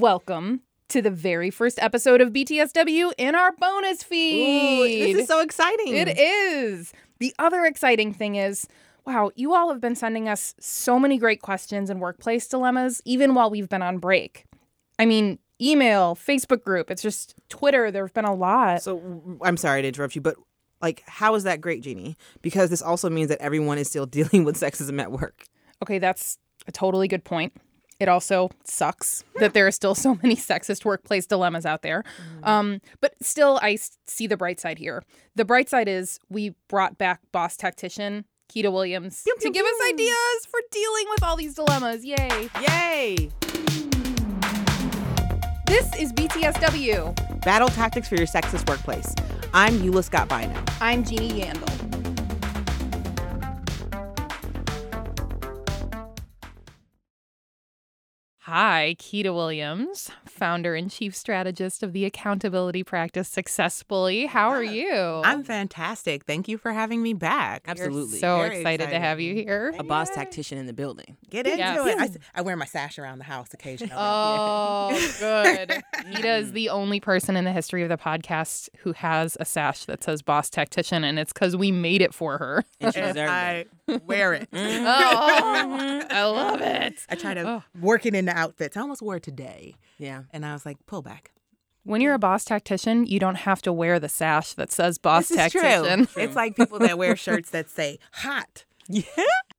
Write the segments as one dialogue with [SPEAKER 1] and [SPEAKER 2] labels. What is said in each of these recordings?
[SPEAKER 1] welcome to the very first episode of BTSW in our bonus feed.
[SPEAKER 2] Ooh, this is so exciting.
[SPEAKER 1] It is. The other exciting thing is, wow, you all have been sending us so many great questions and workplace dilemmas, even while we've been on break. I mean, email, Facebook group, it's just Twitter. There have been a lot.
[SPEAKER 2] So w- I'm sorry to interrupt you, but like, how is that great, Jeannie? Because this also means that everyone is still dealing with sexism at work.
[SPEAKER 1] Okay, that's a totally good point. It also sucks that there are still so many sexist workplace dilemmas out there. Um, but still, I s- see the bright side here. The bright side is we brought back boss tactician Keita Williams
[SPEAKER 2] Pew, pew,
[SPEAKER 1] to give us
[SPEAKER 2] pew.
[SPEAKER 1] ideas for dealing with all these dilemmas. Yay!
[SPEAKER 2] Yay!
[SPEAKER 1] This is BTSW.
[SPEAKER 2] Battle tactics for your sexist workplace. I'm Eula Scott Bynum.
[SPEAKER 1] I'm Jeannie Yandel. Hi, Keita Williams, founder and chief strategist of the accountability practice Successfully. How are you?
[SPEAKER 3] I'm fantastic. Thank you for having me back.
[SPEAKER 2] Absolutely.
[SPEAKER 1] so
[SPEAKER 3] very
[SPEAKER 1] excited to
[SPEAKER 3] excited.
[SPEAKER 1] have you here.
[SPEAKER 3] A boss
[SPEAKER 2] tactician in the building.
[SPEAKER 3] Get into
[SPEAKER 1] Yes.
[SPEAKER 3] it. I s- I, wear my sash around the house occasionally.
[SPEAKER 1] Oh, good. Keita is the only person in the history of the podcast who has a sash that says boss tactician, and it's because we made it for her.
[SPEAKER 2] And she
[SPEAKER 3] And
[SPEAKER 2] deserved
[SPEAKER 3] I wear it. Mm-hmm.
[SPEAKER 1] Oh, I love it.
[SPEAKER 3] I try to
[SPEAKER 1] Oh.
[SPEAKER 3] work it into outfits. I almost wore it today,
[SPEAKER 2] Yeah.
[SPEAKER 3] and I was like, pull back.
[SPEAKER 1] When you're a boss tactician, you don't have to wear the sash that says boss
[SPEAKER 3] This is
[SPEAKER 1] tactician.
[SPEAKER 3] True. It's like people that wear shirts that say hot.
[SPEAKER 2] Yeah.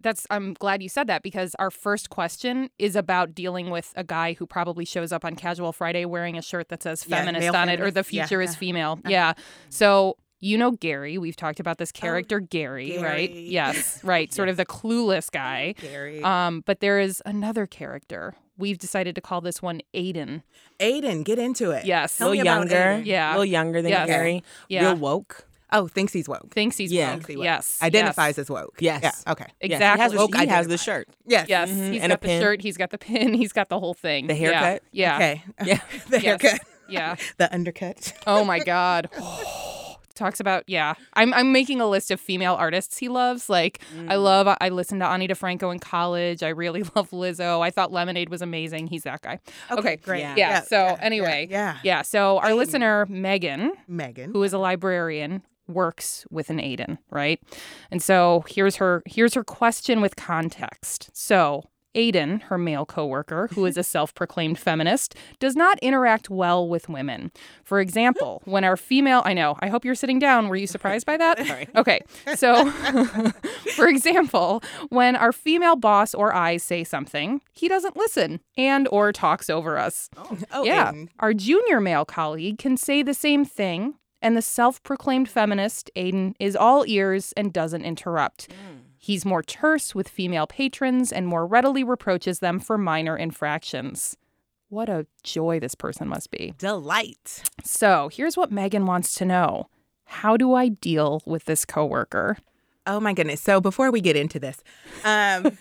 [SPEAKER 1] That's I'm glad you said that because our first question is about dealing with a guy who probably shows up on casual Friday wearing a shirt that says
[SPEAKER 3] Yeah,
[SPEAKER 1] feminist
[SPEAKER 3] male
[SPEAKER 1] on it or
[SPEAKER 3] feminist.
[SPEAKER 1] the
[SPEAKER 3] Yeah.
[SPEAKER 1] future is
[SPEAKER 3] Uh,
[SPEAKER 1] female. Yeah. So you know Gary, we've talked about this character Gary, right?
[SPEAKER 3] Oh, Gary.
[SPEAKER 1] Yes, right. Sort of the clueless guy.
[SPEAKER 3] Gary.
[SPEAKER 1] Um, but there is another character. We've decided to call this one Aiden.
[SPEAKER 3] Aiden, get into it.
[SPEAKER 1] Yes.
[SPEAKER 3] Tell me about Aiden.
[SPEAKER 1] Yeah.
[SPEAKER 2] A little younger than
[SPEAKER 1] Yes.
[SPEAKER 2] Gary.
[SPEAKER 1] Yeah.
[SPEAKER 2] Real woke.
[SPEAKER 3] Oh, thinks he's woke.
[SPEAKER 1] Thinks he's
[SPEAKER 2] Yeah.
[SPEAKER 1] woke. Yes.
[SPEAKER 3] Identifies
[SPEAKER 1] yes.
[SPEAKER 3] as woke.
[SPEAKER 2] Yes.
[SPEAKER 3] Yeah. Okay.
[SPEAKER 2] Yes,
[SPEAKER 1] Exactly.
[SPEAKER 2] He has, the, he has the
[SPEAKER 3] identifies.
[SPEAKER 2] shirt.
[SPEAKER 3] Yes.
[SPEAKER 1] Yes, Mm-hmm. he's
[SPEAKER 2] Mhm, and a
[SPEAKER 1] got the
[SPEAKER 2] pin.
[SPEAKER 1] shirt, he's got the pin, he's got the whole thing.
[SPEAKER 2] The
[SPEAKER 1] Yeah,
[SPEAKER 2] haircut?
[SPEAKER 1] Yeah.
[SPEAKER 3] Okay.
[SPEAKER 2] Yeah.
[SPEAKER 3] the
[SPEAKER 1] Yes.
[SPEAKER 3] haircut.
[SPEAKER 1] Yeah.
[SPEAKER 3] The undercut.
[SPEAKER 1] Oh my god. Talks about yeah. I'm I'm making a list of female artists he loves. Like I love I listened to Ani DeFranco in college. I really love Lizzo. I thought Lemonade was amazing. He's that guy. Okay.
[SPEAKER 3] Great.
[SPEAKER 2] Yeah.
[SPEAKER 1] Yeah, so anyway.
[SPEAKER 3] Yeah.
[SPEAKER 1] Yeah. So our listener Megan,
[SPEAKER 3] Megan.
[SPEAKER 1] who is a librarian, works with an Aiden, right? And so here's her here's her question with context. So Aiden, her male coworker, who is a self-proclaimed feminist, does not interact well with women. For example, when our female, I know, I hope you're sitting down. Were you surprised by that? Okay. So, for example, when our female boss or I say something, he doesn't listen and or talks over us.
[SPEAKER 3] Oh,
[SPEAKER 1] Yeah.
[SPEAKER 3] Aiden.
[SPEAKER 1] Our junior male colleague can say the same thing, and the self proclaimed feminist, Aiden, is all ears and doesn't interrupt. He's more terse with female patrons and more readily reproaches them for minor infractions. What a joy this person must be.
[SPEAKER 3] Delight.
[SPEAKER 1] So here's what Megan wants to know How do I deal with this coworker?
[SPEAKER 3] Oh my goodness. So before we get into this, um,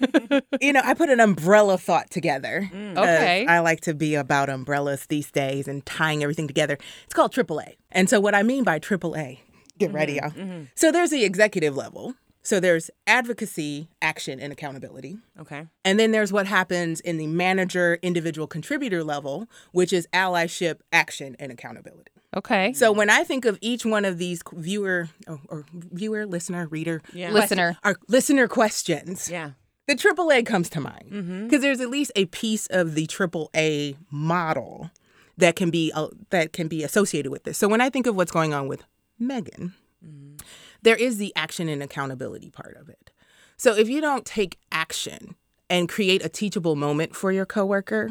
[SPEAKER 3] you know, I put an umbrella thought together.
[SPEAKER 1] Mm.
[SPEAKER 3] 'cause
[SPEAKER 1] Okay.
[SPEAKER 3] Uh, I like to be about umbrellas these days and tying everything together. It's called AAA. And so what I mean by AAA, get ready, y'all. So there's the executive level. So there's advocacy, action, and accountability.
[SPEAKER 2] Okay.
[SPEAKER 3] And then there's what happens in the manager, individual contributor level, which is allyship, action, and accountability.
[SPEAKER 1] Okay.
[SPEAKER 3] So when I think of each one of these viewer or, or viewer, listener, reader,
[SPEAKER 2] Yeah.
[SPEAKER 1] Listener.
[SPEAKER 3] our listener questions,
[SPEAKER 2] Yeah. Mm-hmm.
[SPEAKER 3] the AAA comes to mind because there's at least a piece of the AAA model that can be uh, that can be associated with this. So when I think of what's going on with Megan,
[SPEAKER 2] Mm-hmm.
[SPEAKER 3] there is the action and accountability part of it. So if you don't take action and create a teachable moment for your coworker,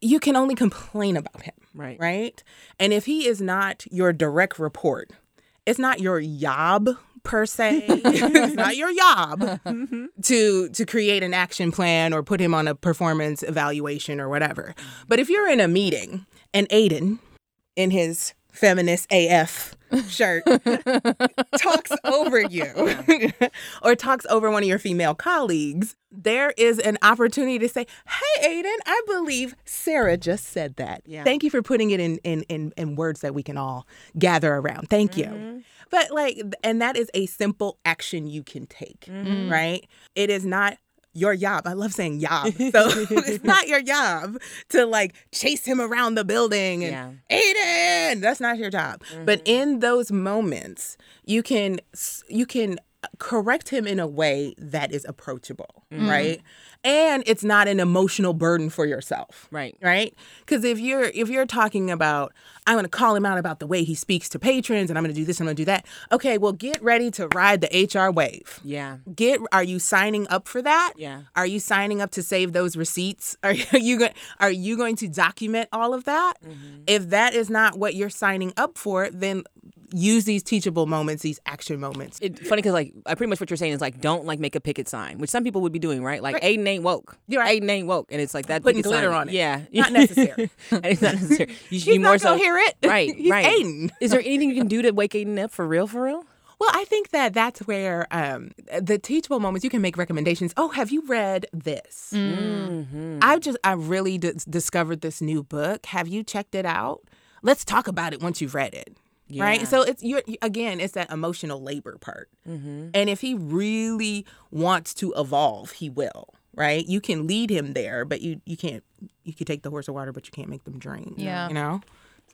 [SPEAKER 3] you can only complain about him
[SPEAKER 2] Right.
[SPEAKER 3] right? And if he is not your direct report, it's not your job per se. it's not your job to to create an action plan or put him on a performance evaluation or whatever. But if you're in a meeting and Aiden in his feminist AF shirt talks over you or talks over one of your female colleagues, there is an opportunity to say, Hey Aiden, I believe Sarah just said that.
[SPEAKER 2] Yeah.
[SPEAKER 3] Thank you for putting it in in, in, in words that we can all gather around. Thank you. But like and that is a simple action you can take. Right? It is not your job. I love saying job. So it's not your job to like chase him around the building and Aiden. That's not your job. But in those moments, you can s- you can uh, correct him in a way that is approachable, right? And it's not an emotional burden for yourself
[SPEAKER 4] Right.
[SPEAKER 3] right because if you're if you're talking about i'm going to call him out about the way he speaks to patrons and i'm going to do this i'm going to do that okay well get ready to ride the hr wave
[SPEAKER 4] Yeah.
[SPEAKER 3] get are you signing up for that
[SPEAKER 4] Yeah.
[SPEAKER 3] are you signing up to save those receipts are you going are you going to document all of that if that is not what you're signing up for then use these teachable moments these action moments
[SPEAKER 4] It, funny because like uh, pretty much what you're saying is like don't like make a picket sign, which some people would be doing, right? Like Aiden ain't woke.
[SPEAKER 3] You're right.
[SPEAKER 4] Aiden ain't woke, and it's like that
[SPEAKER 3] Putting
[SPEAKER 4] picket
[SPEAKER 3] glitter
[SPEAKER 4] sign-
[SPEAKER 3] on it.
[SPEAKER 4] Yeah,
[SPEAKER 3] Not necessary.
[SPEAKER 4] And it's not necessary. You should be
[SPEAKER 3] He's
[SPEAKER 4] more
[SPEAKER 3] not
[SPEAKER 4] so
[SPEAKER 3] gonna hear it.
[SPEAKER 4] Right.
[SPEAKER 3] He's
[SPEAKER 4] right.
[SPEAKER 3] Aiden.
[SPEAKER 4] Is there anything you can do to wake Aiden up for real? For real?
[SPEAKER 3] Well, I think that that's where um, the teachable moments you can make recommendations. Oh, have you read this? I've just I really d- discovered this new book. Have you checked it out? Let's talk about it once you've read it.
[SPEAKER 4] Yeah.
[SPEAKER 3] Right? So it's you're you- again, it's that emotional labor part. And if he really wants to evolve, he will. Right? You can lead him there, but you you can't you can take the horse of water, but you can't make them drink.
[SPEAKER 1] Yeah.
[SPEAKER 3] You know?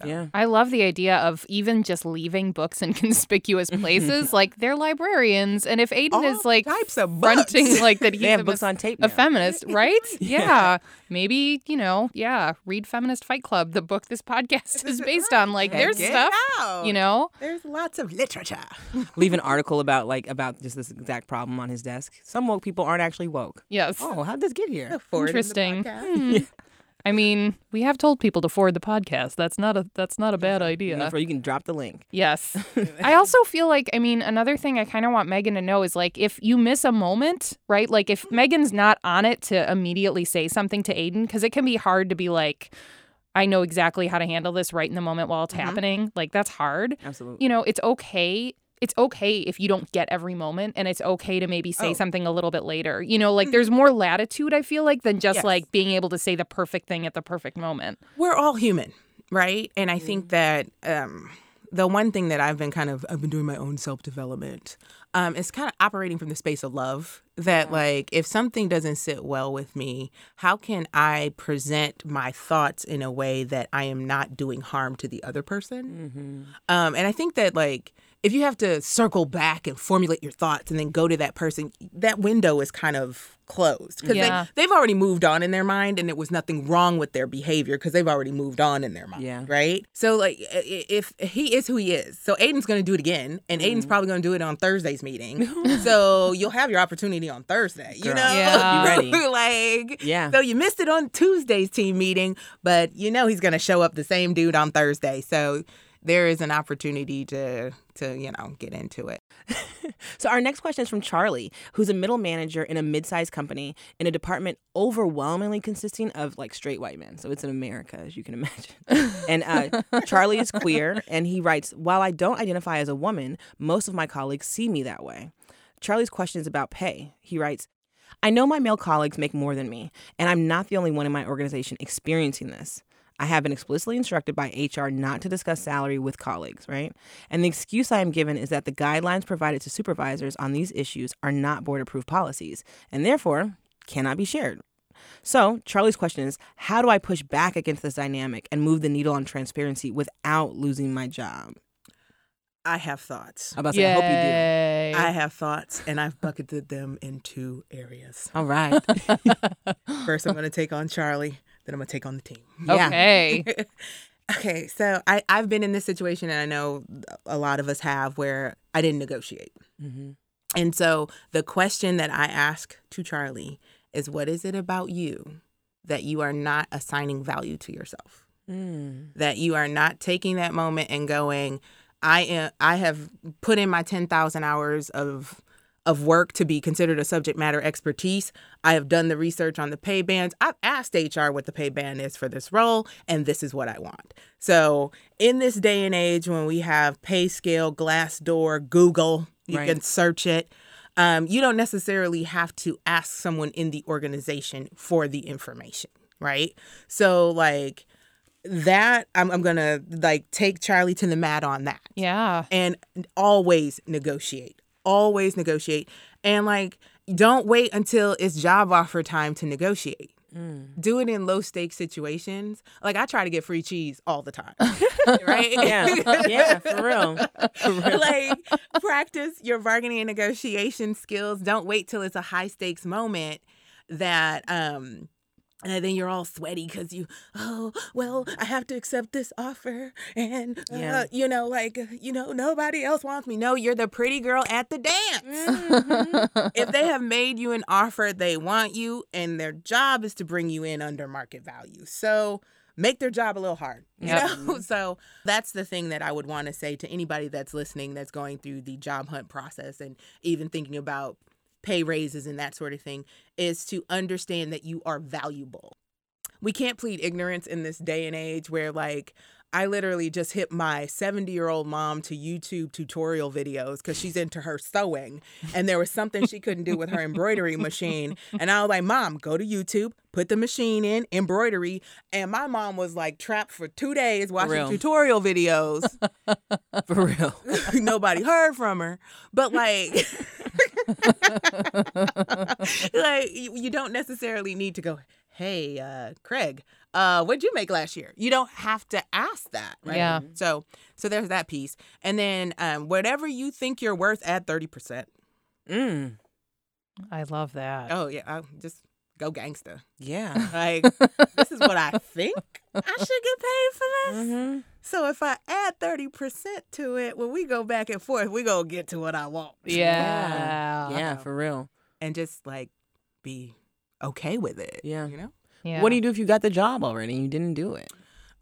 [SPEAKER 4] Yeah.
[SPEAKER 1] I love the idea of even just leaving books in conspicuous places. like they're librarians, and if Aiden is like
[SPEAKER 3] types of
[SPEAKER 1] fronting
[SPEAKER 3] books.
[SPEAKER 1] like that, he's
[SPEAKER 4] They have
[SPEAKER 1] a,
[SPEAKER 4] books
[SPEAKER 1] mis-
[SPEAKER 4] on tape
[SPEAKER 1] a
[SPEAKER 4] now.
[SPEAKER 1] feminist, right? yeah. maybe you know, yeah, read "Feminist Fight Club," the book this podcast is based on. Like there's
[SPEAKER 3] Check it
[SPEAKER 1] stuff,
[SPEAKER 3] out.
[SPEAKER 1] you know.
[SPEAKER 3] There's lots of literature.
[SPEAKER 4] Leave an article about like about just this exact problem on his desk. Some woke people aren't actually woke.
[SPEAKER 1] Yes.
[SPEAKER 4] Oh, how'd this get here?
[SPEAKER 3] Forward in the
[SPEAKER 1] Interesting.
[SPEAKER 3] podcast.
[SPEAKER 1] I mean, we have told people to forward the podcast. That's not a that's not a bad idea.
[SPEAKER 4] Or you can drop the link.
[SPEAKER 1] Yes. I also feel like, I mean, another thing I kind of want Megan to know is like, if you miss a moment, right? Like, if Megan's not on it to immediately say something to Aiden, because it can be hard to be like, I know exactly how to handle this right in the moment while it's happening. Like, that's hard.
[SPEAKER 4] Mm-hmm. Absolutely.
[SPEAKER 1] You know, it's okay. It's okay if you don't get every moment, and it's okay to maybe
[SPEAKER 4] Oh.
[SPEAKER 1] say something a little bit later. You know,
[SPEAKER 4] Hmm.
[SPEAKER 1] like there's more latitude, I feel like, than just
[SPEAKER 3] Yes.
[SPEAKER 1] like being able to say the perfect thing at the perfect moment.
[SPEAKER 3] we're all human, right? And I think that um, the one thing that I've been kind of I've been doing my own self development um, is kind of operating from the space of love. That like if something doesn't sit well with me, how can I present my thoughts in a way that I am not doing harm to the other person? Um, and I think that like if you have to circle back and formulate your thoughts and then go to that person, that window is kind of closed because
[SPEAKER 1] Yeah.
[SPEAKER 3] they, they've already moved on in their mind and there was nothing wrong with their behavior because they've already moved on in their mind.
[SPEAKER 4] Yeah.
[SPEAKER 3] Right. So like i- i- if he is who he is, so Aiden's going to do it again and Aiden's probably going to do it on Thursday's meeting. so you'll have your opportunity on Thursday, you
[SPEAKER 4] Girl.
[SPEAKER 3] know?
[SPEAKER 1] Yeah.
[SPEAKER 4] Be ready.
[SPEAKER 3] like
[SPEAKER 4] Yeah.
[SPEAKER 3] so you missed it on Tuesday's team meeting, but you know he's going to show up the same dude on Thursday. So there is an opportunity to to you know get into it.
[SPEAKER 4] So our next question is from Charlie, who's a middle manager in a mid-sized company in a department overwhelmingly consisting of like straight white men. So it's in America, as you can imagine. and uh, Charlie is queer, and he writes, "While I don't identify as a woman, most of my colleagues see me that way." Charlie's question is about pay. He writes, I know my male colleagues make more than me, and I'm not the only one in my organization experiencing this. I have been explicitly instructed by HR not to discuss salary with colleagues, right? And the excuse I am given is that the guidelines provided to supervisors on these issues are not board approved policies and therefore cannot be shared. So, Charlie's question is how do I push back against this dynamic and move the needle on transparency without losing my job?
[SPEAKER 3] I have thoughts.
[SPEAKER 4] I'm about to say, I hope you
[SPEAKER 1] Yay.
[SPEAKER 3] I have thoughts, and I've bucketed them in two areas.
[SPEAKER 4] do. All right.
[SPEAKER 3] First, I'm going to take on Charlie. Then I'm going to take on the team.
[SPEAKER 4] yeah.
[SPEAKER 1] Okay.
[SPEAKER 3] Okay, so I, I've been in this situation, and I know a lot of us have, where I didn't negotiate. And so the question that I ask to Charlie is what is it about you that you are not assigning value to yourself? That you are not taking that moment and going, I am, I have put in my 10,000 hours of of work to be considered a subject matter expertise. I have done the research on the pay bands. I've asked HR what the pay band is for this role, and this is what I want. So, in this day and age when we have pay scale, Glassdoor, Google, you
[SPEAKER 4] Right.
[SPEAKER 3] can search it. Um, you don't necessarily have to ask someone in the organization for the information, right? So, like that, I'm, I'm gonna like take Charlie to the mat on that
[SPEAKER 1] Yeah.
[SPEAKER 3] and always negotiate always negotiate and like Don't wait until it's job offer time to negotiate. Do it in low stakes situations. Like I try to get free cheese all the time. right?
[SPEAKER 4] Yeah, yeah, for real.
[SPEAKER 3] like practice your bargaining and negotiation skills. Don't wait till it's a high stakes moment that um and then you're all sweaty because you oh well I have to accept this offer and uh,
[SPEAKER 4] Yeah.
[SPEAKER 3] you know like you know nobody else wants me. No, you're the pretty girl at the dance. if they have made you an offer, they want you, and their job is to bring you in under market value. So make their job a little hard. You
[SPEAKER 1] Yep.
[SPEAKER 3] know? So that's the thing that I would want to say to anybody that's listening that's going through the job hunt process and even thinking about pay raises and that sort of thing is to understand that you are valuable. We can't plead ignorance in this day and age where like I literally just hit my 70 year old mom to YouTube tutorial videos because she's into her sewing. And there was something she couldn't do with her embroidery machine. And I was like, Mom, go to YouTube, put the machine in, embroidery. And my mom was like trapped for two days watching
[SPEAKER 4] real.
[SPEAKER 3] tutorial videos.
[SPEAKER 4] For real.
[SPEAKER 3] nobody heard from her. But like, like you, you don't necessarily need to go, hey, uh, Craig, uh, what'd you make last year? You don't have to ask that, right?
[SPEAKER 1] Yeah.
[SPEAKER 3] So, so there's that piece, and then um, whatever you think you're worth, add thirty percent.
[SPEAKER 4] Mm.
[SPEAKER 1] I love that.
[SPEAKER 3] Oh yeah, I just go gangster.
[SPEAKER 4] Yeah.
[SPEAKER 3] Like this is what I think I should get paid for this.
[SPEAKER 4] Mhm.
[SPEAKER 3] So if I add thirty percent to it, when we go back and forth, we gonna get to what I want.
[SPEAKER 1] yeah.
[SPEAKER 4] Yeah, for real.
[SPEAKER 3] and just like be okay with it.
[SPEAKER 4] Yeah.
[SPEAKER 3] You know?
[SPEAKER 1] Yeah.
[SPEAKER 4] What do you do if you got the job already and you didn't do it?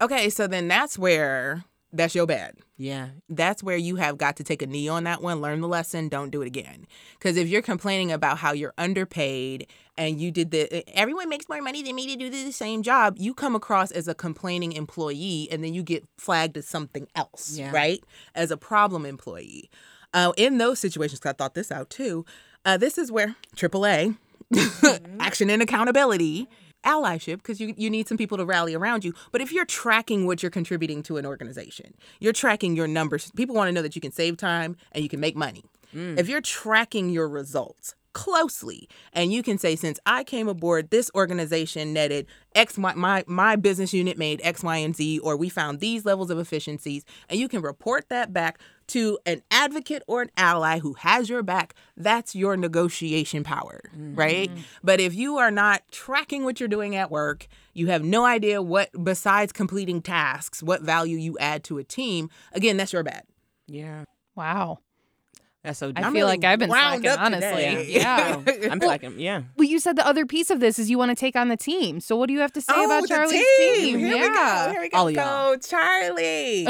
[SPEAKER 3] Okay, so then that's where that's your bad.
[SPEAKER 4] Yeah.
[SPEAKER 3] That's where you have got to take a knee on that one, learn the lesson, don't do it again. Because if you're complaining about how you're underpaid and you did the, eh, everyone makes more money than me to do the same job, you come across as a complaining employee and then you get flagged as something else,
[SPEAKER 4] Yeah.
[SPEAKER 3] right? As a problem employee. Uh, in those situations, 'cause I thought this out too, uh, this is where AAA, action and accountability, allyship because you, you need some people to rally around you but if you're tracking what you're contributing to an organization you're tracking your numbers people want to know that you can save time and you can make money if you're tracking your results closely and you can say since i came aboard this organization netted x y my my business unit made x y and z or we found these levels of efficiencies and you can report that back to an advocate or an ally who has your back, that's your negotiation power, right? But if you are not tracking what you're doing at work, you have no idea what, besides completing tasks, what value you add to a team, again, that's your bad.
[SPEAKER 4] Yeah.
[SPEAKER 1] Wow.
[SPEAKER 4] That's so
[SPEAKER 1] I
[SPEAKER 4] deep.
[SPEAKER 1] feel like I've been
[SPEAKER 3] wound
[SPEAKER 1] slacking,
[SPEAKER 3] up today.
[SPEAKER 1] honestly. Yeah.
[SPEAKER 4] I'm slacking. Yeah.
[SPEAKER 1] Well, you said the other piece of this is you want to take on the team. So what do you have to say about Charlie's team?
[SPEAKER 3] Oh, Here
[SPEAKER 1] yeah.
[SPEAKER 3] we go. Here we go.
[SPEAKER 4] All of y'all.
[SPEAKER 3] Go, Charlie.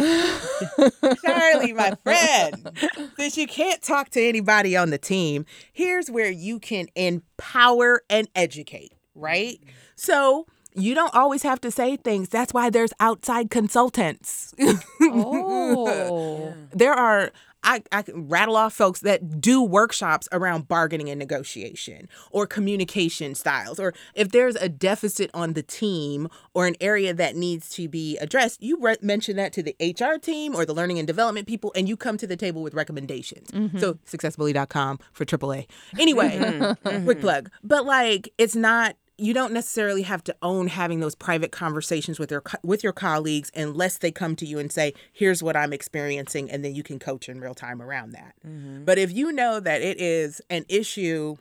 [SPEAKER 3] Charlie, my friend. Since you can't talk to anybody on the team, here's where you can empower and educate, right?
[SPEAKER 1] Mm-hmm.
[SPEAKER 3] So you don't always have to say things. That's why there's outside consultants.
[SPEAKER 1] Oh.
[SPEAKER 3] there are I, I can rattle off folks that do workshops around bargaining and negotiation or communication styles or if there's a deficit on the team or an area that needs to be addressed you re- mention that to the hr team or the learning and development people and you come to the table with recommendations so successfully.com for aaa anyway quick plug but like it's not you don't necessarily have to own having those private conversations with your co- with your colleagues unless they come to you and say here's what i'm experiencing and then you can coach in real time around that
[SPEAKER 4] Mm-hmm.
[SPEAKER 3] but if you know that it is an issue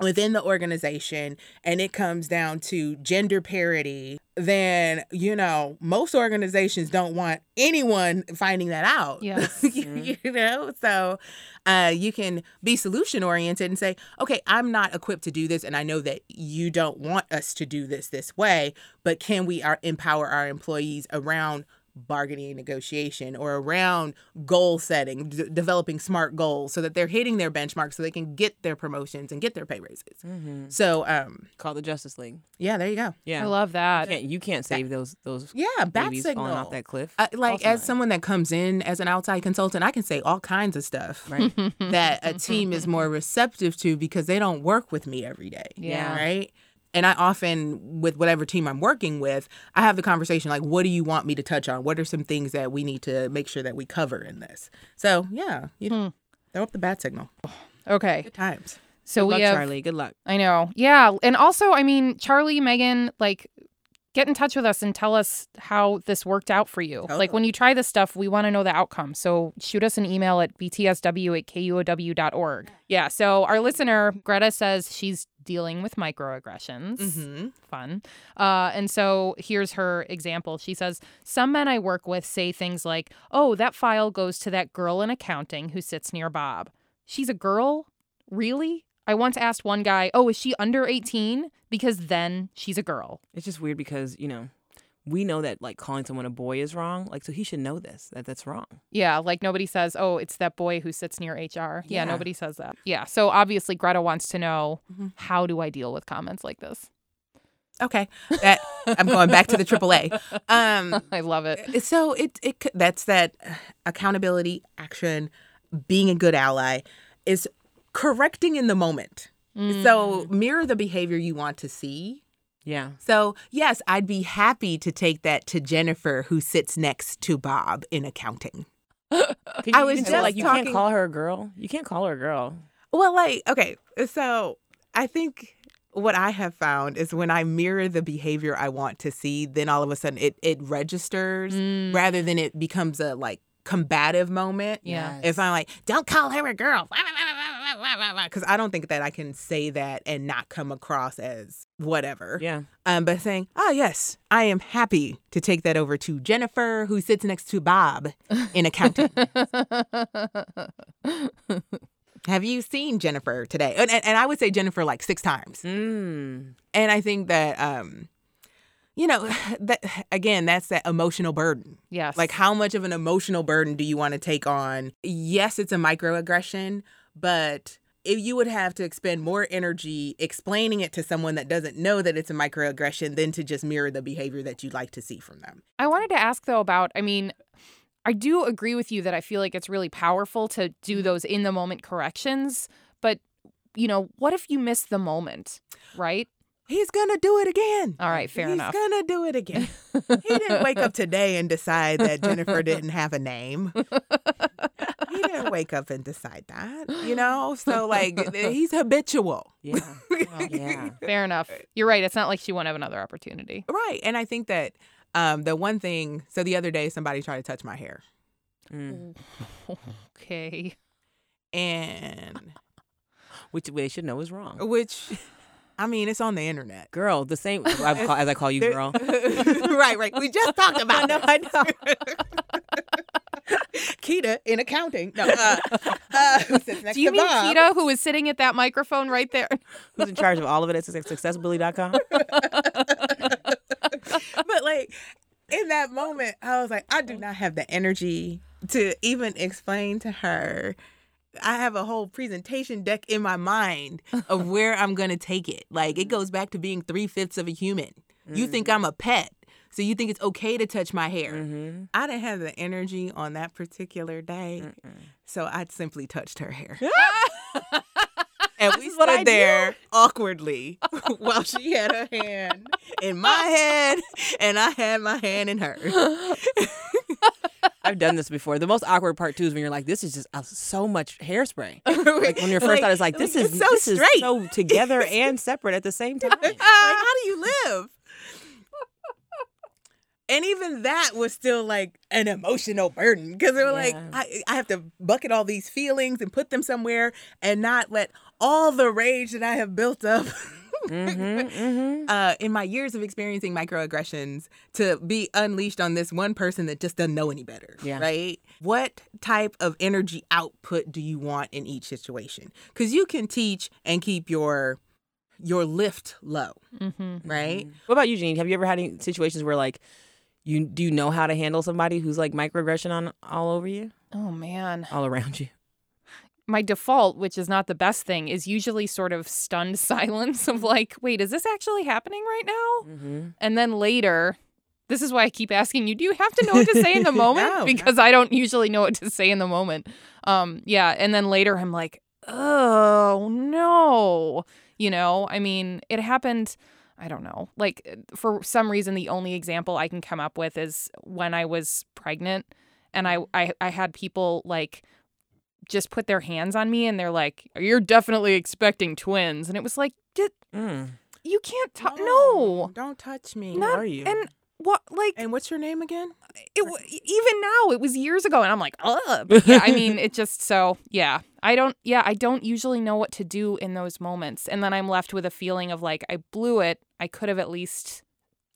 [SPEAKER 3] within the organization and it comes down to gender parity then you know most organizations don't want anyone finding that out
[SPEAKER 1] Yes.
[SPEAKER 4] Mm-hmm.
[SPEAKER 3] you know so uh, you can be solution oriented and say okay i'm not equipped to do this and i know that you don't want us to do this this way but can we our, empower our employees around bargaining and negotiation or around goal setting d- developing smart goals so that they're hitting their benchmarks so they can get their promotions and get their pay raises
[SPEAKER 4] Mm-hmm.
[SPEAKER 3] so um
[SPEAKER 4] Call the Justice League.
[SPEAKER 3] yeah there you go
[SPEAKER 4] Yeah.
[SPEAKER 1] I love
[SPEAKER 4] You
[SPEAKER 1] that.
[SPEAKER 4] can't, you can't save those those
[SPEAKER 3] yeah bat
[SPEAKER 4] babies
[SPEAKER 3] signal
[SPEAKER 4] falling off that cliff.
[SPEAKER 3] uh, like
[SPEAKER 4] Also
[SPEAKER 3] as
[SPEAKER 4] not.
[SPEAKER 3] someone that comes in as an outside consultant, I can say all kinds of stuff
[SPEAKER 4] Right.
[SPEAKER 3] that a team is more receptive to because they don't work with me every day.
[SPEAKER 1] Yeah.
[SPEAKER 3] Right. And I often, with whatever team I'm working with, I have the conversation like, what do you want me to touch on? What are some things that we need to make sure that we cover in this? So, yeah, you know, throw up the bat signal.
[SPEAKER 1] Okay.
[SPEAKER 3] Hmm. Good times.
[SPEAKER 1] So
[SPEAKER 4] Good
[SPEAKER 1] we
[SPEAKER 4] luck,
[SPEAKER 1] have
[SPEAKER 4] Charlie. Good luck.
[SPEAKER 1] I know. Yeah. And also, I mean, Charlie, Megan, like, get in touch with us and tell us how this worked out for you.
[SPEAKER 3] Tell
[SPEAKER 1] like, when you try this stuff, we want to know the outcome. So shoot us an email at btsw at kuow.org. Yeah. So our listener, Greta, says she's dealing with microaggressions
[SPEAKER 3] Mm-hmm.
[SPEAKER 1] fun. Uh, and so here's her example. She says, Some men I work with say things like, Oh, that file goes to that girl in accounting who sits near Bob. She's a girl? Really? I once asked one guy, Oh, is she under 18? Because then she's a girl.
[SPEAKER 4] It's just weird because you know we know that like calling someone a boy is wrong. Like so he should know this that that's wrong.
[SPEAKER 1] Yeah, like nobody says, Oh, it's that boy who sits near HR. Yeah,
[SPEAKER 4] Yeah.
[SPEAKER 1] nobody says that. Yeah. So obviously, Greta wants to know,
[SPEAKER 3] Mhm.
[SPEAKER 1] How do I deal with comments like this?
[SPEAKER 3] Okay, that, I'm going back to the AAA. Um,
[SPEAKER 1] I love it.
[SPEAKER 3] so it it c- that's that uh, accountability action being a good ally is correcting in the moment so mirror the behavior you want to see
[SPEAKER 4] Yeah.
[SPEAKER 3] so yes i'd be happy to take that to jennifer who sits next to bob in accounting
[SPEAKER 4] Could
[SPEAKER 3] I
[SPEAKER 4] you
[SPEAKER 3] was
[SPEAKER 4] even say,
[SPEAKER 3] just
[SPEAKER 4] like you
[SPEAKER 3] talking-
[SPEAKER 4] can't call her a girl. You can't call her a girl.
[SPEAKER 3] well like okay so i think what i have found is when i mirror the behavior i want to see then all of a sudden it it registers
[SPEAKER 1] Mm,
[SPEAKER 3] rather than it becomes a like combative moment
[SPEAKER 1] yeah.
[SPEAKER 3] If I'm like, don't call her a girl, because I don't think that I can say that and not come across as whatever.
[SPEAKER 4] Yeah.
[SPEAKER 3] Um, but saying, oh yes, I am happy to take that over to Jennifer, who sits next to Bob in accounting. Have you seen Jennifer today? And, and, and I would say Jennifer like six times.
[SPEAKER 4] Mm.
[SPEAKER 3] And I think that, um, you know, that again, that's that emotional burden.
[SPEAKER 1] yes.
[SPEAKER 3] Like, how much of an emotional burden do you want to take on? Yes, it's a microaggression, but if you would have to expend more energy explaining it to someone that doesn't know that it's a microaggression than to just mirror the behavior that you'd like to see from them.
[SPEAKER 1] I wanted to ask though about, I mean, I do agree with you that I feel like it's really powerful to do those in the moment corrections, but you know, what if you miss the moment, right?
[SPEAKER 3] He's gonna do it again.
[SPEAKER 1] All right, fair
[SPEAKER 3] He's
[SPEAKER 1] enough.
[SPEAKER 3] gonna do it again. he didn't wake up today and decide that Jennifer didn't have a name. he didn't wake up and decide that, you know? So, like, he's habitual.
[SPEAKER 4] Yeah. yeah.
[SPEAKER 1] Fair enough. You're right. It's not like she won't have another opportunity.
[SPEAKER 3] Right. And I think that um, the one thing, so the other day somebody tried to touch my hair.
[SPEAKER 4] Mm.
[SPEAKER 1] Okay.
[SPEAKER 3] And
[SPEAKER 4] Which they should know is wrong.
[SPEAKER 3] which, I mean, it's on the internet.
[SPEAKER 4] Girl, the same I call, as I call you
[SPEAKER 3] There-
[SPEAKER 4] girl.
[SPEAKER 3] right, right. We just talked about it. I know. Kita in accounting. No. Uh, uh, sits next
[SPEAKER 1] Do you
[SPEAKER 3] to
[SPEAKER 1] mean
[SPEAKER 3] Bob.
[SPEAKER 1] Kita, who was sitting at that microphone right there?
[SPEAKER 4] Who's in charge of all of it at successbully.com?
[SPEAKER 3] But like in that moment, I was like, I do not have the energy to even explain to her. I have a whole presentation deck in my mind of where I'm gonna take it. Like it goes back to being three fifths of a human. You think I'm a pet, so you think it's okay to touch my hair.
[SPEAKER 4] Mm-hmm.
[SPEAKER 3] I didn't have the energy on that particular day, so I simply touched her hair. and we
[SPEAKER 4] what I
[SPEAKER 3] stood
[SPEAKER 4] do.
[SPEAKER 3] there awkwardly while she had her hand in my head and I had my hand in hers.
[SPEAKER 4] I've done this before. The most awkward part too is when you're like, this is just uh, so much hairspray. Like when you're first out, it's like this is
[SPEAKER 3] so
[SPEAKER 4] this
[SPEAKER 3] straight.
[SPEAKER 4] is so Ah. together and separate at the same time.
[SPEAKER 3] Like, how do you live? And even that was still like an emotional burden because they were like,
[SPEAKER 4] Yeah.
[SPEAKER 3] I, I have to bucket all these feelings and put them somewhere and not let all the rage that I have built up
[SPEAKER 4] Mm-hmm, mm-hmm.
[SPEAKER 3] uh, in my years of experiencing microaggressions to be unleashed on this one person that just doesn't know any better,
[SPEAKER 4] Yeah.
[SPEAKER 3] right? What type of energy output do you want in each situation? Because you can teach and keep your your lift low,
[SPEAKER 1] Mm-hmm.
[SPEAKER 3] right?
[SPEAKER 4] What about you, Jeanine? Have you ever had any situations where like you do you know how to handle somebody who's like microaggression on all over you,
[SPEAKER 1] Oh, man.
[SPEAKER 4] all around you?
[SPEAKER 1] my default, which is not the best thing, is usually sort of stunned silence of like, wait, is this actually happening right now?
[SPEAKER 4] Mm-hmm.
[SPEAKER 1] And then later, this is why I keep asking you, do you have to know what to say in the moment?
[SPEAKER 3] No.
[SPEAKER 1] because I don't usually know what to say in the moment. Um, yeah. And then later I'm like, oh no. You know, I mean, it happened. I don't know. Like, for some reason, the only example I can come up with is when I was pregnant and I, I, I had people like just put their hands on me and they're like, "You're definitely expecting twins," and it was like, "Di-
[SPEAKER 3] Mm.
[SPEAKER 1] "You can't talk." No,
[SPEAKER 3] Don't touch me.
[SPEAKER 1] not
[SPEAKER 4] are you?
[SPEAKER 1] and what like
[SPEAKER 3] And what's your name again?
[SPEAKER 1] it w- even now it was years ago and i'm like ugh But yeah, i mean it just so yeah i don't yeah i don't usually know what to do in those moments and then i'm left with a feeling of like i blew it i could have at least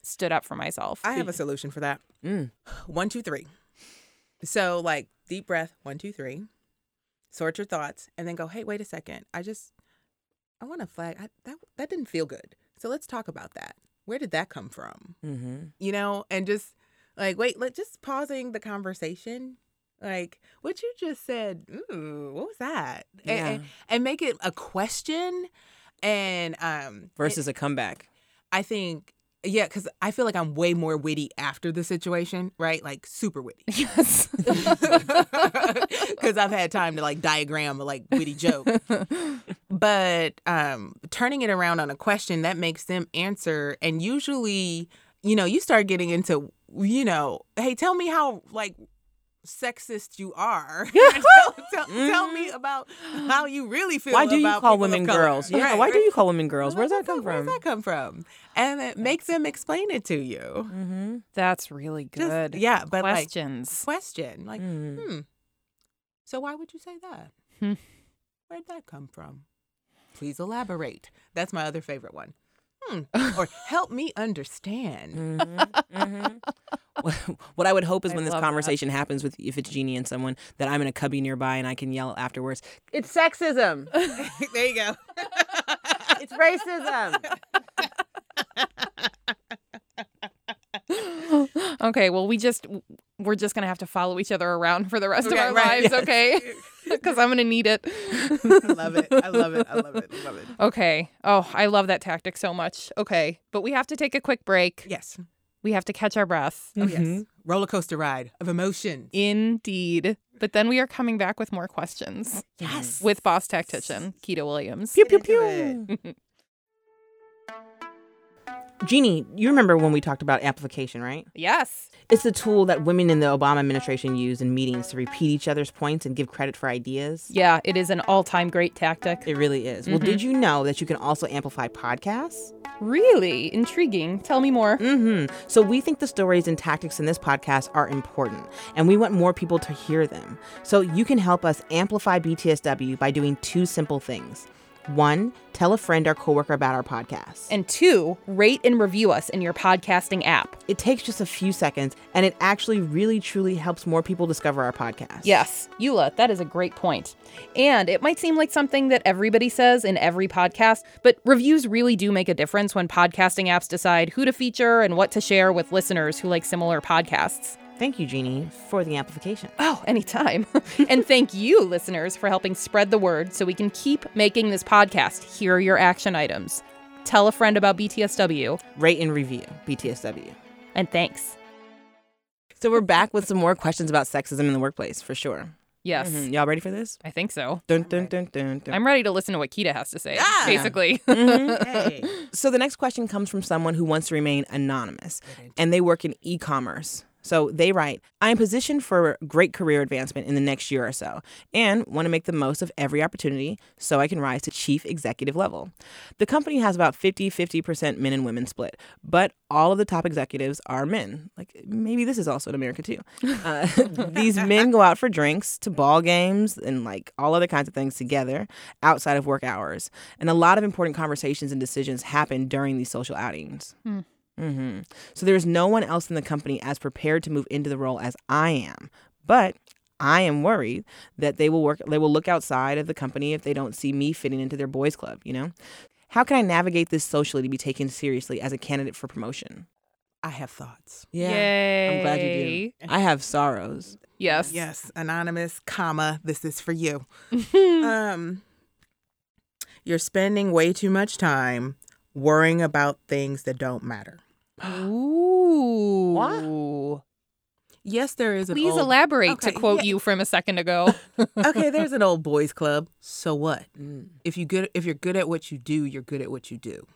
[SPEAKER 1] stood up for myself
[SPEAKER 3] I have a solution for that.
[SPEAKER 4] Mm.
[SPEAKER 3] One, two, three. So, like, deep breath, one, two, three. Sort your thoughts and then go, hey, wait a second. I just, I want to flag. I, that, that didn't feel good. So, let's talk about that. Where did that come from?
[SPEAKER 4] Mm-hmm.
[SPEAKER 3] You know, and just like, wait, let just pausing the conversation. Like, what you just said, ooh, what was that? And-
[SPEAKER 4] Yeah.
[SPEAKER 3] And, and make it a question and um it-
[SPEAKER 4] Versus a comeback.
[SPEAKER 3] I think, yeah, because I feel like I'm way more witty after the situation, right? Like super witty.
[SPEAKER 1] yes
[SPEAKER 3] Because I've had time to like diagram a like witty joke. But um, turning it around on a question that makes them answer. And usually, you know, you start getting into, you know, hey, tell me how like sexist you are. tell, tell, tell me about how you really feel.
[SPEAKER 4] Mm-hmm. Why do you
[SPEAKER 3] about
[SPEAKER 4] call
[SPEAKER 3] people of
[SPEAKER 4] women
[SPEAKER 3] color.
[SPEAKER 4] girls? Yeah,
[SPEAKER 3] Right,
[SPEAKER 4] why do
[SPEAKER 3] right.
[SPEAKER 4] you call women girls? Where does that come
[SPEAKER 3] Where
[SPEAKER 4] from?
[SPEAKER 3] does that come from? And it makes them explain it to you.
[SPEAKER 4] Mm-hmm.
[SPEAKER 1] that's really
[SPEAKER 3] Just-
[SPEAKER 1] good
[SPEAKER 3] yeah, but like
[SPEAKER 1] questions
[SPEAKER 3] question, like,
[SPEAKER 4] Mhm.
[SPEAKER 3] hmm. So why would you say that?
[SPEAKER 1] Hmm.
[SPEAKER 3] Where'd that come from? Please elaborate. That's my other favorite one. Hmm. or help me understand.
[SPEAKER 4] Mm-hmm.
[SPEAKER 3] mm-hmm.
[SPEAKER 4] what I would hope is
[SPEAKER 1] I
[SPEAKER 4] when this
[SPEAKER 1] love that.
[SPEAKER 4] conversation happens with if it's Jeannie and someone that I'm in a cubby nearby and I can yell afterwards. It's sexism.
[SPEAKER 3] there you go.
[SPEAKER 4] it's racism.
[SPEAKER 1] okay well we just we're just gonna have to follow each other around for the rest
[SPEAKER 3] Okay,
[SPEAKER 1] of our
[SPEAKER 3] right,
[SPEAKER 1] lives okay because i'm gonna need it
[SPEAKER 3] I love it. I love it. I love it. I love it.
[SPEAKER 1] okay oh i love that tactic so much okay but we have to take a quick break
[SPEAKER 3] Yes.
[SPEAKER 1] we have to catch our breath
[SPEAKER 3] Oh,
[SPEAKER 4] Mm-hmm.
[SPEAKER 3] yes. Roller coaster ride of emotion.
[SPEAKER 4] E
[SPEAKER 1] Indeed. But then we are coming back with more questions.
[SPEAKER 4] Yes.
[SPEAKER 1] With boss tactician, Keita Williams.
[SPEAKER 4] pew
[SPEAKER 3] Get into
[SPEAKER 4] Jeannie, you remember when we talked about application, right?
[SPEAKER 1] Yes.
[SPEAKER 4] It's the tool that women in the Obama administration used in meetings to repeat each other's points and give credit for ideas.
[SPEAKER 1] Yeah, it is an all time great tactic.
[SPEAKER 4] It really is.
[SPEAKER 3] Mm-hmm.
[SPEAKER 4] Well, did you know that you can also amplify podcasts?
[SPEAKER 1] Really intriguing. Tell me more.
[SPEAKER 4] Mm-hmm. So we think the stories and tactics in this podcast are important, and we want more people to hear them. So you can help us amplify BTSW by doing two simple things. One, tell a friend or coworker about our podcast.
[SPEAKER 1] And two, rate and review us in your podcasting app.
[SPEAKER 4] it takes just a few seconds, and it actually really truly helps more people discover our podcast.
[SPEAKER 1] Yes, Eula, that is a great point. And it might seem like something that everybody says in every podcast, but reviews really do make a difference when podcasting apps decide who to feature and what to share with listeners who like similar podcasts.
[SPEAKER 4] Thank you, Jeannie, for the amplification.
[SPEAKER 1] Oh, anytime. and thank you, listeners, for helping spread the word so we can keep making this podcast. Here are your action items. Tell a friend about BTSW,
[SPEAKER 4] Rate and review BTSW.
[SPEAKER 1] and thanks.
[SPEAKER 4] So we're back with some more questions about sexism in the workplace for sure.
[SPEAKER 1] Yes,
[SPEAKER 4] Mhm. Y'all ready for this?
[SPEAKER 1] I think so.
[SPEAKER 4] Dun, dun, dun, dun, dun.
[SPEAKER 1] I'm ready to listen to what Kita has to say, basically.
[SPEAKER 3] Hey.
[SPEAKER 4] So the next question comes from someone who wants to remain anonymous, and they work in e-commerce. So they write, "I am positioned for great career advancement in the next year or so, and want to make the most of every opportunity so I can rise to chief executive level. The company has about 50-50% men and women split, but all of the top executives are men. Like maybe this is also in America too. Uh, these men go out for drinks, to ball games, and like all other kinds of things together outside of work hours. And a lot of important conversations and decisions happen during these social outings.
[SPEAKER 1] Hmm.
[SPEAKER 4] hmm So there is no one else in the company as prepared to move into the role as I am, but. I am worried that they will work they will look outside of the company if they don't see me fitting into their boys club, you know? How can I navigate this socially to be taken seriously as a candidate for promotion?
[SPEAKER 3] I have thoughts.
[SPEAKER 1] Yay.
[SPEAKER 4] I'm glad you do. I have sorrows.
[SPEAKER 1] Yes.
[SPEAKER 3] Yes, anonymous, comma, this is for you. um you're spending way too much time worrying about things that don't matter.
[SPEAKER 1] Ooh.
[SPEAKER 3] Yes, there is an
[SPEAKER 1] Please
[SPEAKER 3] old
[SPEAKER 1] elaborate to
[SPEAKER 3] Okay,
[SPEAKER 1] quote
[SPEAKER 3] yeah.
[SPEAKER 1] you from a second ago.
[SPEAKER 3] Okay, there's an old boys club. So what?
[SPEAKER 4] Mm.
[SPEAKER 3] If you good if you're good at what you do, you're good at what you do,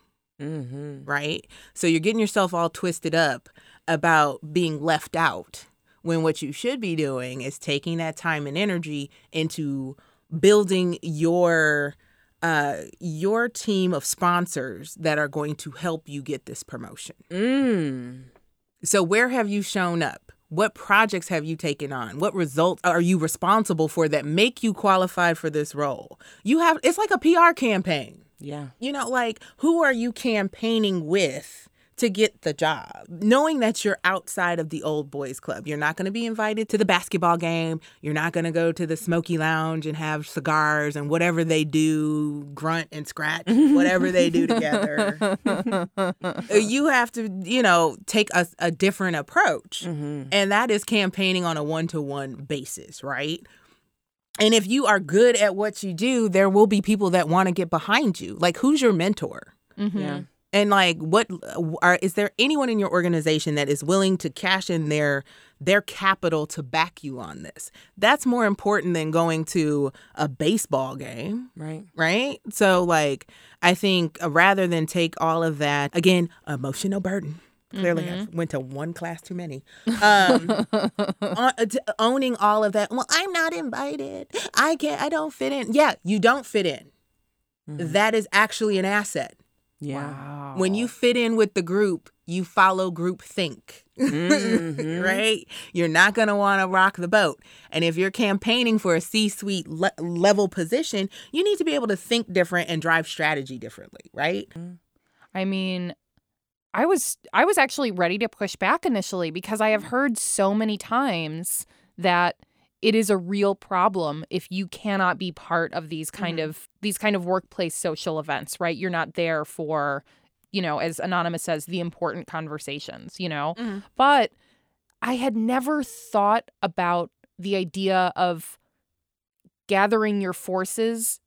[SPEAKER 4] Mm-hmm.
[SPEAKER 3] right? So you're getting yourself all twisted up about being left out when what you should be doing is taking that time and energy into building your uh your team of sponsors that are going to help you get this promotion.
[SPEAKER 4] Mm.
[SPEAKER 3] So where have you shown up? What projects have you taken on? What results are you responsible for that make you qualified for this role? You have it's like a PR campaign.
[SPEAKER 4] Yeah.
[SPEAKER 3] You know, like who are you campaigning with to get the job? Knowing that you're outside of the old boys club, you're not going to be invited to the basketball game. You're not going to go to the smoky lounge and have cigars and whatever they do, grunt and scratch, whatever they do together. you have to, you know, take a, a different approach.
[SPEAKER 4] Mm-hmm.
[SPEAKER 3] And that is campaigning on a one to one basis, right? And if you are good at what you do, there will be people that want to get behind you. Like, who's your mentor?
[SPEAKER 1] Mm-hmm.
[SPEAKER 4] Yeah.
[SPEAKER 3] And like, what are is there anyone in your organization that is willing to cash in their their capital to back you on this? That's more important than going to a baseball game
[SPEAKER 4] Right.
[SPEAKER 3] right? So like I think uh, rather than take all of that again, emotional burden. Clearly, I went to one class too many. Um, o- uh, t- owning all of that. Well, I'm not invited. I can't. I don't fit in. Yeah, you don't fit in. That is actually an asset.
[SPEAKER 4] Yeah.
[SPEAKER 3] When you fit in with the group, you follow group think.
[SPEAKER 4] Mhm.
[SPEAKER 3] right? You're not going to want to rock the boat. And if you're campaigning for a C suite le- level position, you need to be able to think different and drive strategy differently, right?
[SPEAKER 1] I mean, I was I was actually ready to push back initially because
[SPEAKER 3] Mm.
[SPEAKER 1] I have heard so many times that it is a real problem if you cannot be part of these kind
[SPEAKER 3] Mm-hmm.
[SPEAKER 1] of these kind of workplace social events, right? You're not there for, you know, as anonymous says, the important conversations, you know.
[SPEAKER 3] Mm-hmm.
[SPEAKER 1] But I had never thought about the idea of gathering your forces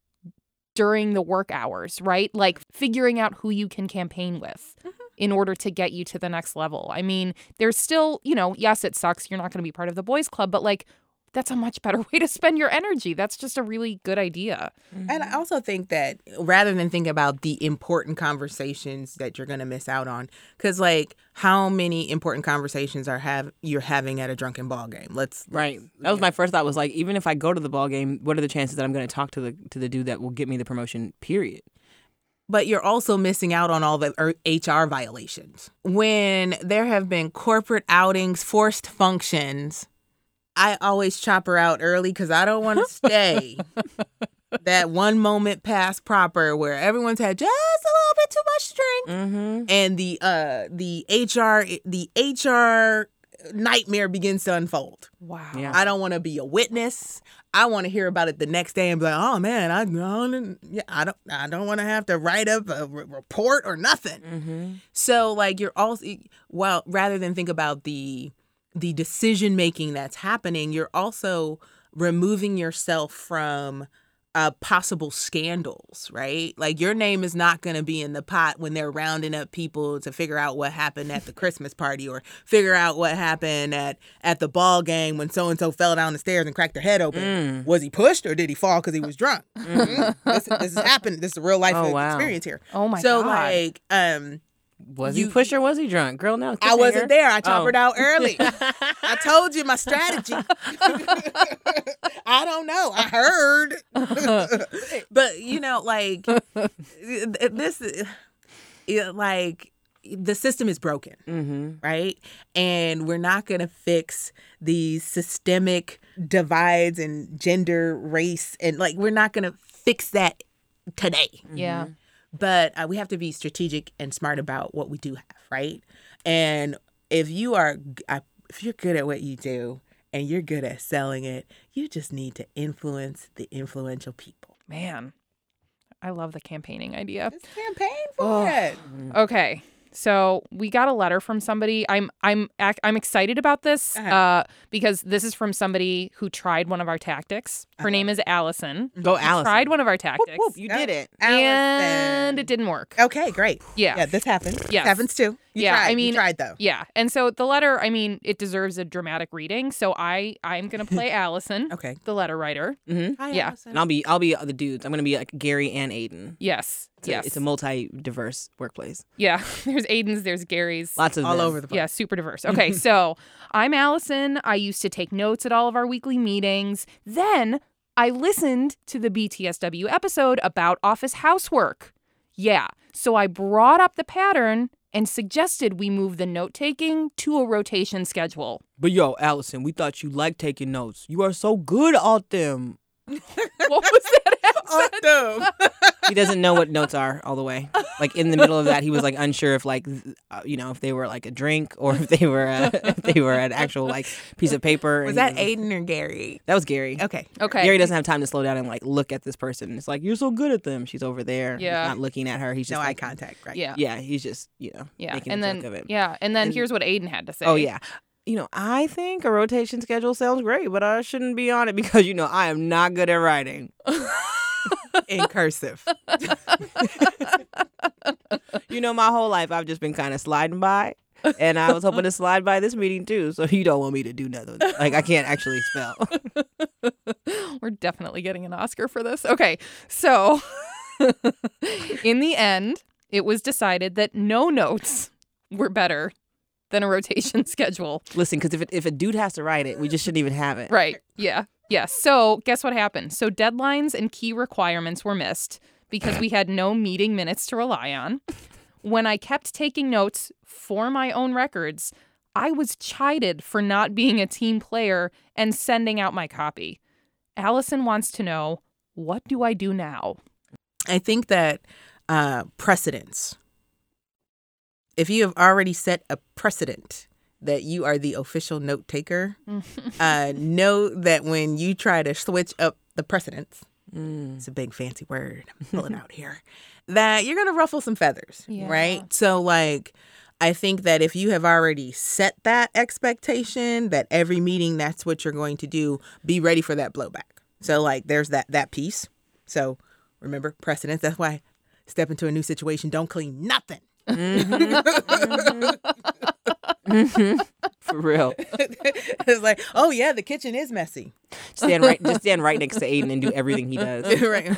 [SPEAKER 1] during the work hours, right? Like figuring out who you can campaign with
[SPEAKER 3] Mm-hmm.
[SPEAKER 1] in order to get you to the next level. I mean, there's still, you know, yes, it sucks. You're not going to be part of the boys club, but like, that's a much better way to spend your energy. That's just a really good idea.
[SPEAKER 3] And
[SPEAKER 4] Mm-hmm.
[SPEAKER 3] I also think that rather than think about the important conversations that you're going to miss out on, because like how many important conversations are have you're having at a drunken ball game? Let's
[SPEAKER 4] Right. That was my first thought. Was like, even if I go to the ball game, what are the chances that I'm going to talk to the to the dude that will get me the promotion? Period.
[SPEAKER 3] but you're also missing out on all the er- HR violations. When there have been corporate outings, forced functions, I always chop her out early because I don't want to stay that one moment past proper where everyone's had just a little bit too much drink
[SPEAKER 4] Mm-hmm.
[SPEAKER 3] and the uh the HR the HR nightmare begins to unfold.
[SPEAKER 1] Wow.
[SPEAKER 4] Yeah.
[SPEAKER 3] I don't want to be a witness. I want to hear about it the next day and be like, "Oh man, I, I don't, yeah, I don't, I don't want to have to write up a re- report or nothing."
[SPEAKER 4] Mm-hmm.
[SPEAKER 3] So like, you're also well, rather than think about the the decision making that's happening, you're also removing yourself from uh, possible scandals, right? Like your name is not going to be in the pot when they're rounding up people to figure out what happened at the Christmas party or figure out what happened at at the ball game when so and so fell down the stairs and cracked their head open.
[SPEAKER 4] Mm.
[SPEAKER 3] Was he pushed or did he fall because he was drunk? Mhm. this, this has happened. This is a real life
[SPEAKER 4] Oh, wow.
[SPEAKER 3] experience here.
[SPEAKER 1] Oh my
[SPEAKER 3] so
[SPEAKER 1] God.
[SPEAKER 3] like, um,
[SPEAKER 4] Was
[SPEAKER 3] You-
[SPEAKER 4] he pushed or was he drunk? Girl, no.
[SPEAKER 3] I wasn't there. I
[SPEAKER 4] Oh.
[SPEAKER 3] choppered out early. I told you my strategy. I don't know. I heard. but you know, like this it- like the system is broken,
[SPEAKER 4] Mm-hmm.
[SPEAKER 3] right? And we're not going to fix these systemic divides in gender, race and like we're not going to fix that today
[SPEAKER 1] Yeah.
[SPEAKER 3] but uh, we have to be strategic and smart about what we do have, right? And if you are, g- I- if you're good at what you do and you're good at selling it, you just need to influence the influential people.
[SPEAKER 1] Man, I love the campaigning idea.
[SPEAKER 3] It's campaign for it.
[SPEAKER 1] Okay. So we got a letter from somebody. I'm I'm ac- I'm excited about this
[SPEAKER 3] Uh-huh.
[SPEAKER 1] uh, because this is from somebody who tried one of our tactics.
[SPEAKER 3] Uh-huh.
[SPEAKER 1] Her name is Allison.
[SPEAKER 4] Go, Alice.
[SPEAKER 1] Tried one of our tactics,
[SPEAKER 4] you did it.
[SPEAKER 1] and it didn't work.
[SPEAKER 3] Okay, great.
[SPEAKER 1] Yeah.
[SPEAKER 3] Oh, Yeah, this happens.
[SPEAKER 1] Yes.
[SPEAKER 3] Happens too. You
[SPEAKER 1] Yeah,
[SPEAKER 3] tried.
[SPEAKER 1] I
[SPEAKER 3] You
[SPEAKER 1] mean-
[SPEAKER 3] tried though.
[SPEAKER 1] Yeah. And so the letter, I mean, it deserves a dramatic reading. So I I'm going to play Allison,
[SPEAKER 3] Okay.
[SPEAKER 1] the letter writer.
[SPEAKER 2] Hi,
[SPEAKER 1] Yeah.
[SPEAKER 2] Allison.
[SPEAKER 4] And I'll be I'll be the dudes. I'm gonna be like Gary and Aiden.
[SPEAKER 1] Yes.
[SPEAKER 4] It's
[SPEAKER 1] yes.
[SPEAKER 4] a, it's a multi diverse workplace.
[SPEAKER 1] yeah. There's Aiden's, there's Gary's.
[SPEAKER 4] Lots of
[SPEAKER 3] All
[SPEAKER 4] them.
[SPEAKER 3] over the place.
[SPEAKER 1] Yeah, super diverse. Okay, so I'm Allison. I used to take notes at all of our weekly meetings. Then I listened to the BTSW episode about office housework. Yeah, so I brought up the pattern and suggested we move the note taking to a rotation schedule.
[SPEAKER 4] But yo, Allison, we thought you liked taking notes. You are so good at them.
[SPEAKER 1] What was that?
[SPEAKER 3] Oh,
[SPEAKER 4] He doesn't know what notes are all the way. Like in the middle of that, he was like unsure if like th- uh, you know if they were like a drink or if they were a, if they were an actual like piece of paper.
[SPEAKER 3] Was
[SPEAKER 4] and
[SPEAKER 3] that
[SPEAKER 4] he
[SPEAKER 3] Aiden or Gary?
[SPEAKER 4] That was Gary.
[SPEAKER 3] Okay.
[SPEAKER 1] Okay.
[SPEAKER 4] Gary doesn't have time to slow down and like look at this person. It's like you're so good at them. She's over there. He's
[SPEAKER 1] Yeah.
[SPEAKER 4] not looking at her. He's just
[SPEAKER 3] No eye
[SPEAKER 4] like,
[SPEAKER 3] contact, right?
[SPEAKER 1] yeah.
[SPEAKER 4] Yeah, he's just you know
[SPEAKER 1] Yeah.
[SPEAKER 4] making
[SPEAKER 1] And
[SPEAKER 4] a
[SPEAKER 1] then
[SPEAKER 4] joke of it.
[SPEAKER 1] yeah, and then
[SPEAKER 4] And-
[SPEAKER 1] here's what Aiden had to say.
[SPEAKER 4] Oh yeah. You know, I think a rotation schedule sounds great, but I shouldn't be on it because you know I am not good at writing.
[SPEAKER 3] In cursive.
[SPEAKER 4] You know, my whole life I've just been kind of sliding by, and I was hoping to slide by this meeting too. So you don't want me to do nothing. Like I can't actually spell.
[SPEAKER 1] We're definitely getting an Oscar for this. Okay. So, in the end, it was decided that no notes were better than a rotation schedule.
[SPEAKER 4] Listen, because if it, if a dude has to write it, we just shouldn't even have it.
[SPEAKER 1] Right. Yeah. Yeah. So, guess what happened? So, deadlines and key requirements were missed because we had no meeting minutes to rely on. When I kept taking notes for my own records, I was chided for not being a team player and sending out my copy. Allison wants to know what do I do now?
[SPEAKER 3] I think that uh, precedence, if you have already set a precedent that you are the official note taker, uh, know that when you try to switch up the precedence,
[SPEAKER 4] Mm,
[SPEAKER 3] it's a big fancy word I'm pulling out here, that you're going to ruffle some feathers,
[SPEAKER 1] Yeah.
[SPEAKER 3] right? So, like, I think that if you have already set that expectation that every meeting that's what you're going to do, be ready for that blowback. So like there's that that piece. So remember precedence. That's why step into a new situation, don't clean nothing.
[SPEAKER 4] For real.
[SPEAKER 3] it's like, oh yeah, the kitchen is messy.
[SPEAKER 4] Stand right. Just stand right next to Aiden and do everything he does.
[SPEAKER 3] right.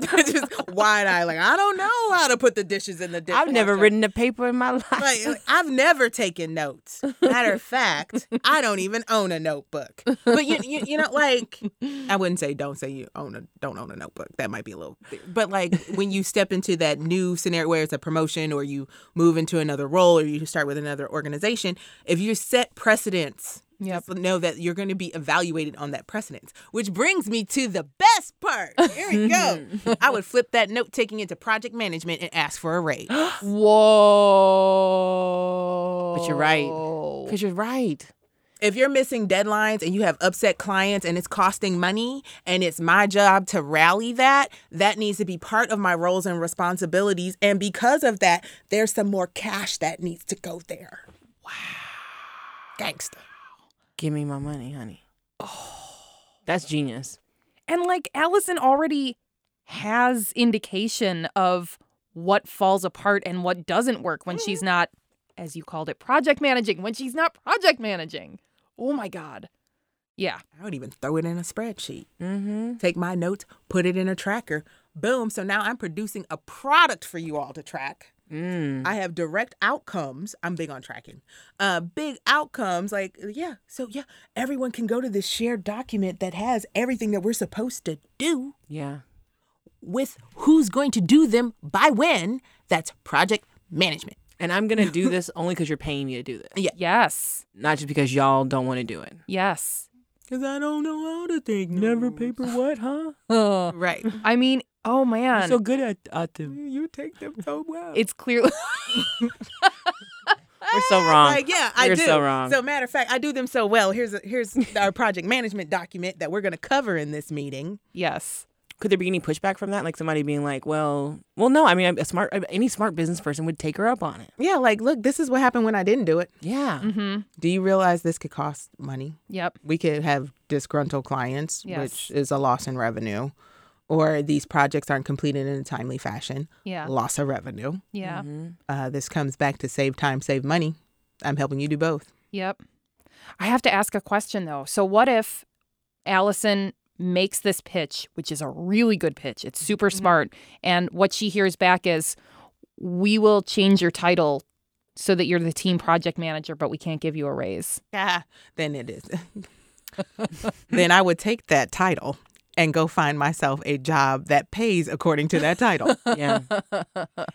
[SPEAKER 3] Just wide eye, like I don't know how to put the dishes in the dishwasher.
[SPEAKER 4] I've never written a paper in my life.
[SPEAKER 3] Right, like, I've never taken notes. Matter of fact, I don't even own a notebook. But you, you, you know, like I wouldn't say don't say you own a don't own a notebook. That might be a little. But like when you step into that new scenario where it's a promotion or you move into another role or you start with another organization, if you set precedents.
[SPEAKER 1] Yep.
[SPEAKER 3] just Know that you're going to be evaluated on that precedence, which brings me to the best part. Here we go. I would flip that note taking into project management and ask for a raise.
[SPEAKER 1] Whoa.
[SPEAKER 4] But you're right. Because you're right.
[SPEAKER 3] if you're missing deadlines and you have upset clients and it's costing money and it's my job to rally that, that needs to be part of my roles and responsibilities. And because of that, there's some more cash that needs to go there. Wow. Gangsta.
[SPEAKER 4] Give me my money, honey. Oh, that's genius.
[SPEAKER 1] And like Allison already has indication of what falls apart and what doesn't work when she's not, as you called it, project managing, when she's not project managing. Oh my God. Yeah.
[SPEAKER 3] I would even throw it in a spreadsheet.
[SPEAKER 4] Mm-hmm.
[SPEAKER 3] Take my notes, put it in a tracker. Boom. So now I'm producing a product for you all to track.
[SPEAKER 4] Mm.
[SPEAKER 3] I have direct outcomes. I'm big on tracking. Uh, big outcomes, like yeah. So yeah, everyone can go to this shared document that has everything that we're supposed to do
[SPEAKER 4] Yeah.
[SPEAKER 3] with who's going to do them by when. That's project management.
[SPEAKER 4] And I'm gonna do this only because you're paying me to do this,
[SPEAKER 1] Yes.
[SPEAKER 4] not just because y'all don't want to do it.
[SPEAKER 1] Yes.
[SPEAKER 3] Cause I don't know how to think.
[SPEAKER 4] Never paper what, huh?
[SPEAKER 1] Ugh.
[SPEAKER 3] Uh, Right.
[SPEAKER 1] I mean, oh man.
[SPEAKER 4] good at, at them.
[SPEAKER 3] you take them so well.
[SPEAKER 1] it's clearly.
[SPEAKER 4] We're so wrong.
[SPEAKER 3] Ah, Like yeah, I
[SPEAKER 4] You're
[SPEAKER 3] do.
[SPEAKER 4] so wrong.
[SPEAKER 3] So matter of fact, I do them so well. Here's a, here's our project management document that we're going to cover in this meeting.
[SPEAKER 1] yes.
[SPEAKER 4] Could there be any pushback from that? Like somebody being like, "Well, well, no. I mean, a smart, any smart business person would take her up on it."
[SPEAKER 3] Yeah, like look, this is what happened when I didn't do it.
[SPEAKER 4] Yeah.
[SPEAKER 1] Mm-hmm.
[SPEAKER 3] Do you realize this could cost money?
[SPEAKER 1] Yep.
[SPEAKER 3] we could have disgruntled clients,
[SPEAKER 1] Yes.
[SPEAKER 3] which is a loss in revenue. or these projects aren't completed in a timely fashion,
[SPEAKER 1] Yeah.
[SPEAKER 3] loss of revenue.
[SPEAKER 1] Yeah.
[SPEAKER 3] Uh, this comes back to save time, save money. I'm helping you do both.
[SPEAKER 1] Yep. I have to ask a question though. So what if Allison makes this pitch, which is a really good pitch. It's super smart, and what she hears back is we will change your title so that you're the team project manager, but we can't give you a raise.
[SPEAKER 3] Ah, then it is. then I would take that title and go find myself a job that pays according to that title.
[SPEAKER 4] Yeah.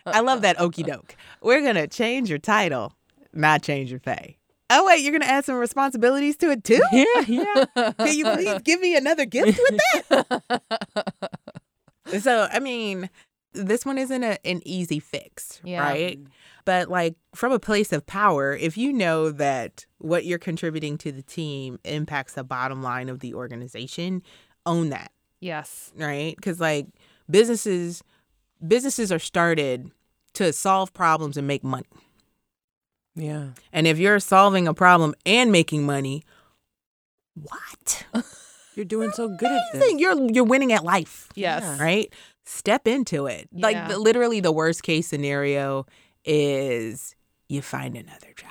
[SPEAKER 3] I love that okie doke. We're going to change your title, not change your pay. Oh, wait, you're going to add some responsibilities to it too?
[SPEAKER 4] yeah, yeah.
[SPEAKER 3] Can you please give me another gift with that? so, I mean, this one isn't a, an easy fix,
[SPEAKER 1] Yeah.
[SPEAKER 3] right? But, like, from a place of power, if you know that what you're contributing to the team impacts the bottom line of the organization, own that,
[SPEAKER 1] Yes.
[SPEAKER 3] right? Because, like, businesses businesses are started to solve problems and make money.
[SPEAKER 4] Yeah.
[SPEAKER 3] And if you're solving a problem and making money, what?
[SPEAKER 4] You're doing so good at this.
[SPEAKER 3] amazing. You're you're winning at life,
[SPEAKER 1] Yes.
[SPEAKER 4] Yeah.
[SPEAKER 3] right? Step into it.
[SPEAKER 1] Yeah.
[SPEAKER 3] Like the, literally, the worst case scenario is you find another job.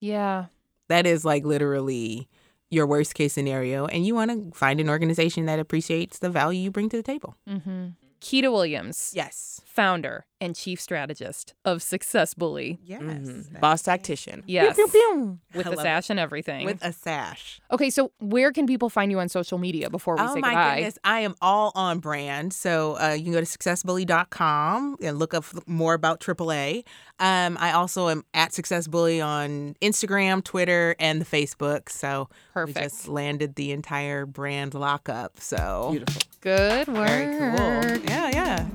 [SPEAKER 1] Yeah.
[SPEAKER 3] That is like literally your worst case scenario, and you want to find an organization that appreciates the value you bring to the table.
[SPEAKER 1] Mm-hmm. Keita Williams,
[SPEAKER 3] Yes.
[SPEAKER 1] founder and chief strategist of Success Bully.
[SPEAKER 3] Yes.
[SPEAKER 4] Mhm. Boss tactician.
[SPEAKER 1] Yes.
[SPEAKER 4] Pew, pew,
[SPEAKER 1] With
[SPEAKER 3] I
[SPEAKER 1] the
[SPEAKER 3] love
[SPEAKER 1] sash and everything.
[SPEAKER 3] With a sash.
[SPEAKER 1] okay, so where can people find you on social media before we
[SPEAKER 3] Oh
[SPEAKER 1] say
[SPEAKER 3] my
[SPEAKER 1] goodbye?
[SPEAKER 3] goodness, I am all on brand. So uh, you can go to successbully.com and look up more about AAA. Um, I also am at successbully on Instagram, Twitter, and the Facebook. So
[SPEAKER 1] Perfect.
[SPEAKER 3] we just landed the entire brand lockup. So
[SPEAKER 4] pew. Beautiful.
[SPEAKER 1] Good work.
[SPEAKER 3] very cool. Yeah, yeah.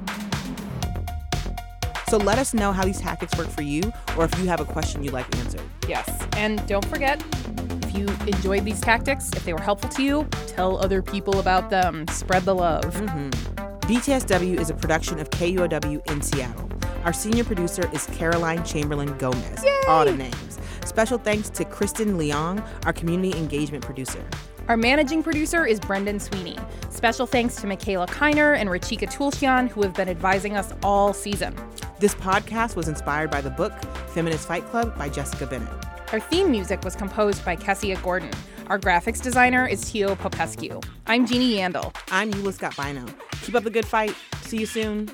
[SPEAKER 2] So let us know how these tactics work for you or if you have a question you'd like answered.
[SPEAKER 1] Yes. And don't forget, if you enjoyed these tactics, if they were helpful to you, tell other people about them. Spread the love.
[SPEAKER 3] Mm.
[SPEAKER 2] BTSW is a production of KUOW in Seattle. Our senior producer is Caroline Chamberlain Gomez. All the names. Special thanks to Kristen Leong, our community engagement producer.
[SPEAKER 1] Our managing producer is Brendan Sweeney. Special thanks to Michaela Keiner and Rachika Tulshan, who have been advising us all season.
[SPEAKER 2] This podcast was inspired by the book Feminist Fight Club by Jessica Bennett.
[SPEAKER 1] Our theme music was composed by Kessia Gordon. Our graphics designer is Tio Popescu. I'm Jeannie Yandel.
[SPEAKER 2] I'm Eula Scott Bino. Keep up the good fight. See you soon.